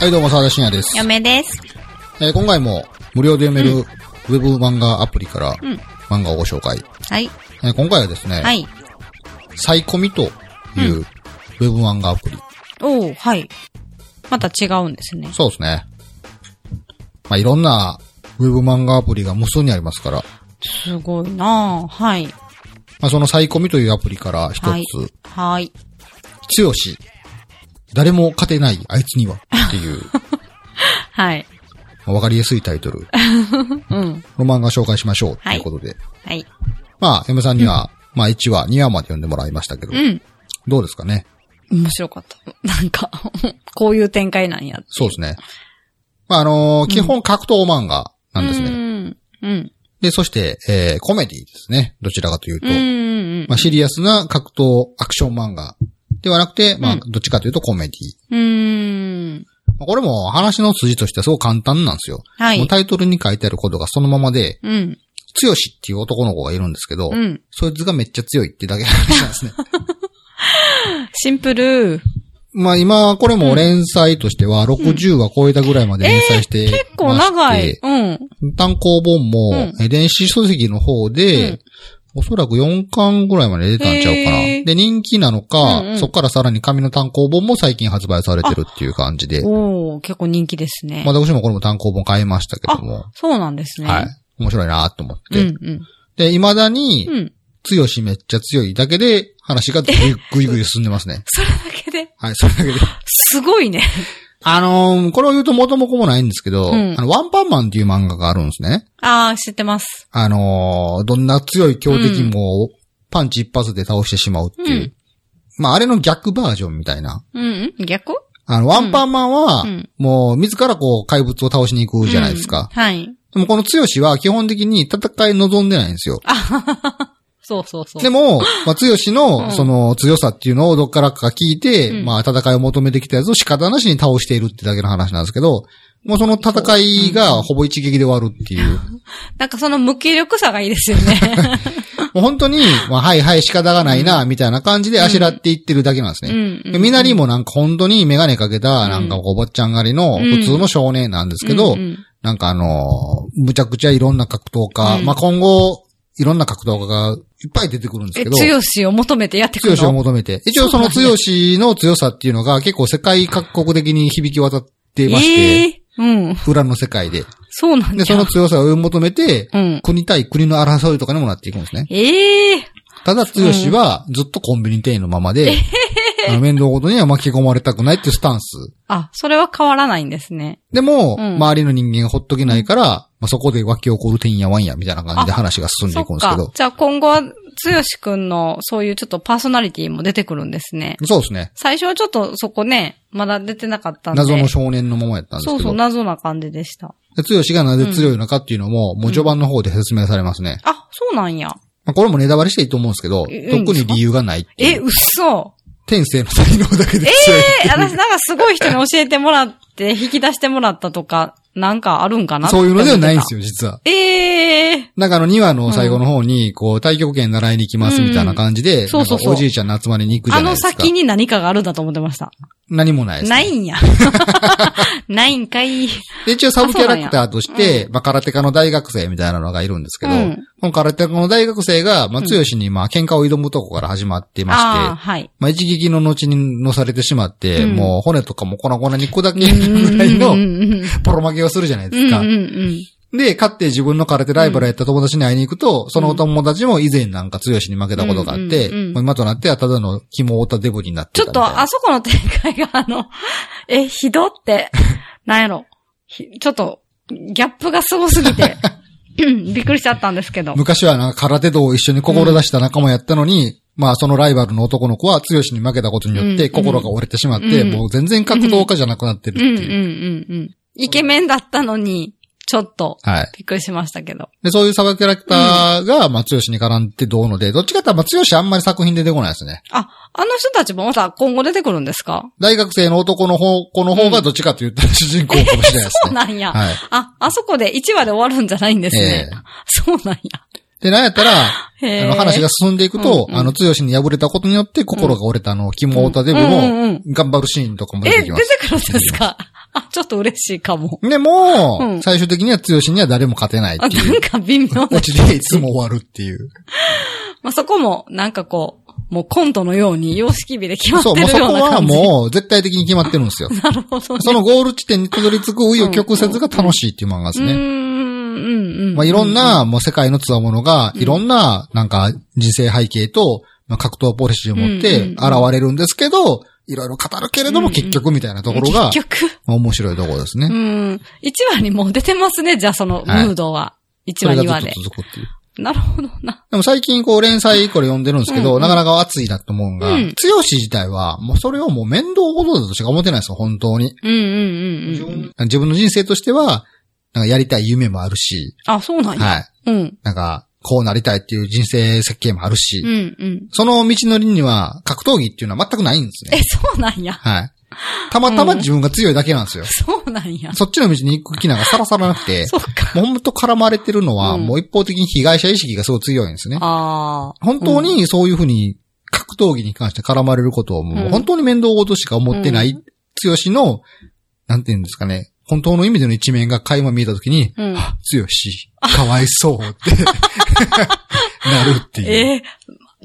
はい、どうも、沢田信也です。嫁です。えー今回も無料で読める、ウェブ漫画アプリから、ん漫画をご紹介。はい。えー今回はですね、はい。サイコミという、ウェブ漫画アプリ。おー、はい。また違うんですね。そうですね。まあ、いろんなウェブ漫画アプリが無数にありますから、すごいなぁ。はい。まあ、そのサイコミというアプリから一つ、はい。はい。強し、誰も勝てないあいつにはって いう、はい。まあわかりやすいタイトルうん。の漫画紹介しましょうということで。はい。まあ、嫁さんには、まあ1話、2話まで読んでもらいましたけど、うん。どうですかね面白かった。なんか、 こういう展開なんや。そうですね。まあ、あのー基本格闘漫画なんですね。うん。うん。で、そして、えー、コメディですね。どちらかというと。うん。うんまあ、シリアスな格闘アクション漫画ではなくて、まあ、どっちかというとコメディ。うん。まあこれも話の筋としてはすごく簡単なんですよ。はもうい。タイトルに書いてあることがそのままで、うん。強しっていう男の子がいるんですけど、うん。そいつがめっちゃ強いってだけの話なんです ね。シンプル。まあ今、これも連載としては60は超えたぐらいまで連載してまして、結構長い。うん。単行本も、え電子書籍の方で、うんおそらく4巻ぐらいまで出たんちゃうかな。へーで、人気なのか、うんうんそこからさらに紙の単行本も最近発売されてるっていう感じで、おー、結構人気ですねまあ。私もこれも単行本買いましたけども、そうなんですね。はい。。面白いなと思って。うんうん。で、未だに、うん。。強しめっちゃ強いだけで、話がぐいぐいぐい進んでますねそれだけで、はい、それだけで。すごいね。あのーこれを言うと元も子もないんですけど、うんあの、ワンパンマンっていう漫画があるんですね。あー、知ってます。あのーどんな強い強敵も、パンチ一発で倒してしまうっていう。うんまあ、あれの逆バージョンみたいな。うん、うん、逆あの、ワンパンマンは、うんもう、自らこう、怪物を倒しに行くじゃないですか。うんはい。でも、この強しは基本的に戦い望んでないんですよ。そうそうそう。でも、まあ、強しうの、んその、強さっていうのをどっからか聞いて、うんまあ、戦いを求めてきたやつを仕方なしに倒しているってだけの話なんですけど、もうその戦いがほぼ一撃で終わるっていう。なんかその無気力さがいいですよ ね。もう本当に、まあ、はいはい仕方がないな、みたいな感じであしらっていってるだけなんですうね。ん、うん。でみなりもなんか本当にメガネかけた、なんかお坊ちゃん狩りの普通の少年なんですけど、うんうんなんかあのーむちゃくちゃいろんな格闘家、うんまあ、今後、いろんな格闘家がいっぱい出てくるんですえ、けど、強しを求めてやってくる強のしを求めて。一応その強しの強さっていうのが結構世界各国的に響き渡ってまして、ええうん。裏の世界で。そうなんで、だ。その強さを追い求めて、うん。国対国の争いとかにもなっていくんですね。ええただ、つよしはずっとコンビニ店員のままで、あの面倒ごとには巻き込まれたくないっていうスタンス。あ、それは変わらないんですね。でも、うん周りの人間がほっとけないから、まあ、そこで湧き起こるてんやわんやみたいな感じで話が進んでそいくんっですけかど。。じゃあ今後は、強しくんの、そういうちょっとパーソナリティも出てくるんですね。そうですね。最初はちょっとそこね、まだ出てなかったんで。謎の少年のままやったんですそうけそう、ど。謎な感じでした。でつよしがなぜ強いのかっていうのも、もう序盤の方で説明されますね。あ、そうなんや。まあ、これもネタバレしていいと思うんですけど、えうん特に理由がないっていえ、う。嘘天性の才能だけで強い。え、 私なんかすごい人に教えてもらって、引き出してもらったとか、なんかあるんかなそういうのではないんですよ。よ、実は。ええなんかあの2話の最後の方に、こう、太極拳習いに行きますみたいな感じで、んそうそうそなんかうおじいちゃんの集まりに行くじあゃないのですか。先に何かがあるんだと思ってました。何もないです。ない んや。ないんかい。で、一応サブキャラクターとして、まあ、空手家の大学生みたいなのがいるんですけど、うんこの空手家の大学生が、まあ、強しに、まあ、喧嘩を挑むとこから始まってまして、ああ、はい。まあ、一撃の後に乗されてしまって、うんもう骨とかも粉々に砕けるぐらいのうんうんうんポロ負けをするじゃないでうすんか。うんで、勝って自分の空手ライバルやった友達に会いに行くと、そのお友達も以前なんか強しに負けたことがあって、うんうんうんもう今となってはただの肝を折ったデブになってたちょみったいなと、あそこの展開があの、 え、ひどって、なんやろ。ひちょっと、ギャップがすごす ぎて、うんびっくりしちゃったんですけど。昔はなんか空手道を一緒に志した仲間やったのに、まあそのライバルの男の子は強しに負けたことによっうんうてん心が折れてしまって、うんもう全然格闘家じゃなくなってるっうんうんてうんいう。うん。イケメンだったのに、ちょっと、はい。びっくりしましたけど。で、そういうサブキャラクターが、まあ、強しに絡んでどうので、どっちかって言ったら、まあ、強しあんまり作品出てこないですね。あ、あの人たちもまた今後出てくるんですか大学生の男の方、子の方がどっちかと言ったら主人公かもしれないですそね。うなんや。はい。あ、あそこで1話で終わるんじゃないんですね。ええ そうなんや。で、なんやったら、へえあの話が進んでいくと、うんうんあの、強しに敗れたことによって心が折れたあの、肝を折ったデブうんうんうのん、頑張るシーンとかも出え、て出きてます。くるんですかあ、ちょっと嬉しいかも。でも、うん最終的には強しには誰も勝てないあってないんう。か微 妙落な。ちでいつも終わるっていう。まあ、そこも、なんかこう、もうコントのように様式美で決まっそう、てもうるそようこなは感じ。もう絶対的に決まってるんですよ。なるほどね。そのゴール地点にたどり着く紆余曲折が楽しいっていう漫画ですうーね。ん、うん、うん。まあ、いろん、な、もう世界の強者が、いろんな、なんか、人生背景と、まあ、格闘ポリシーを持って、うんうん現れるんですけど、いろいろ語るけれどうも、んうん結局みたいなところが、結局。まあ面白いところですうね。ん。一話にもう出てますね、じゃあそのムードは。一そ話、れが二ず話っで。と続くっていう。なるほどな。でも最近こう連載これ読んでるんですけうんど、うんなかなか熱いなと思うのがうん、強し自体は、もうそれをもう面倒ほどだとしか思ってないですよ、本当に。うん、うん、うん、うん。自分の人生としては、なんかやりたい夢もあるし、あ、そうなんや。はい。うん、なんか、こうなりたいっていう人生設計もあるし、うん、うん。その道のりには格闘技っていうのは全くないんですえ ね。、そうなんや。はい。たまたま自分が強いだけなんですよ。そうなんや。そっちの道に行く気なんかさらさらなくて、 そっか。もうほんと絡まれてるのは、うんもう一方的に被害者意識がすごい強いんですね。ああ。本当にそういうふうに格闘技に関して絡まれることをもううん本当に面倒ごとしか思ってない、強しの、なんていうんですかね、本当の意味での一面が垣間見えたときに、うん。強し、かわいそうって、 なるっていう。ええ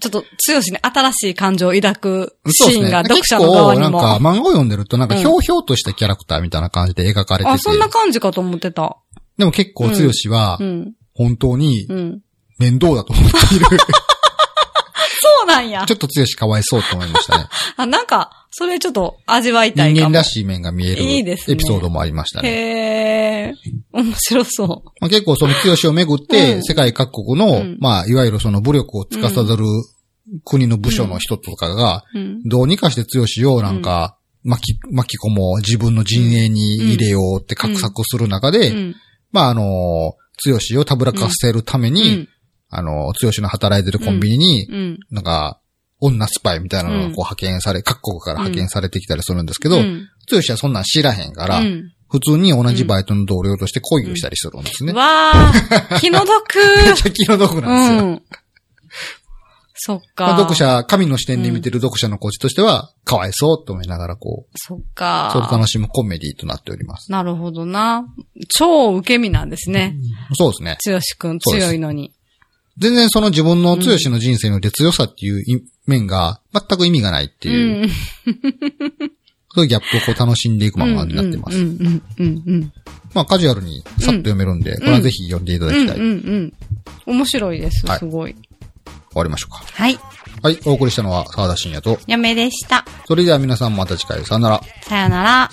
ちょっと、強しに新しい感情を抱くそうでシすーンね。が読結者の構、側になんも。か、漫画を読んでると、なんか、うんひょうひょうとしたキャラクターみたいな感じで描かれてあ、て、そんな感じかと思ってた。でも結構、うんつよしはう、ん。本当にうん。面倒だと思っている。 そうなんやち。ょっとつよしかわいそうと思いましたね。あ、なんか、それちょっと味わいたい人か間も。らしい面が見えるいいエピですねソードもありましたね。へえ、面白そまあ、結構その強しをめぐっうて、ん世界各国の、うんまあ、いわゆるその武力を司る国の部署の人とかが、う。うん。どうにかして強しをなんか、巻き、巻き込もう、自分の陣営に入れようって画策する中うで、ん。まあ、あの、強しをたぶらかせるために、あの、強しの働いてるコンビニに、うん。なんか、女スパイみたいなのがこううん派遣され、各国から派遣されてきたりするんですけど、うん、強しはそんなん知らへんから、うん普通に同じバイトの同僚として恋をしたりするんですね。わあ、気の毒。めっちゃ気の毒なんですよ。うん。そっまあか。読。者、神の視点で見てる読者のコーチとしては、かわいそうと思いながら、こう、そっか。それを楽しむコメディとなっております。なるほどな。超受け身なんですね。そうですね。強しくん、そうです強いのに。全然その自分の強しの人生において強さっていうい面が全く意味がないっていう、うんそういうギャップをこう楽しんでいく漫画になってます。うんうんうんうんまあカジュアルにさっと読めるんで、これはぜひ読んでいただうきん。うんたい。うんうん。面白いですはい。すごい。終わりましょうか。はい。はい、お送りしたのは沢田信也と、やめでした。それでは皆さんまた次回さよなら。さよなら。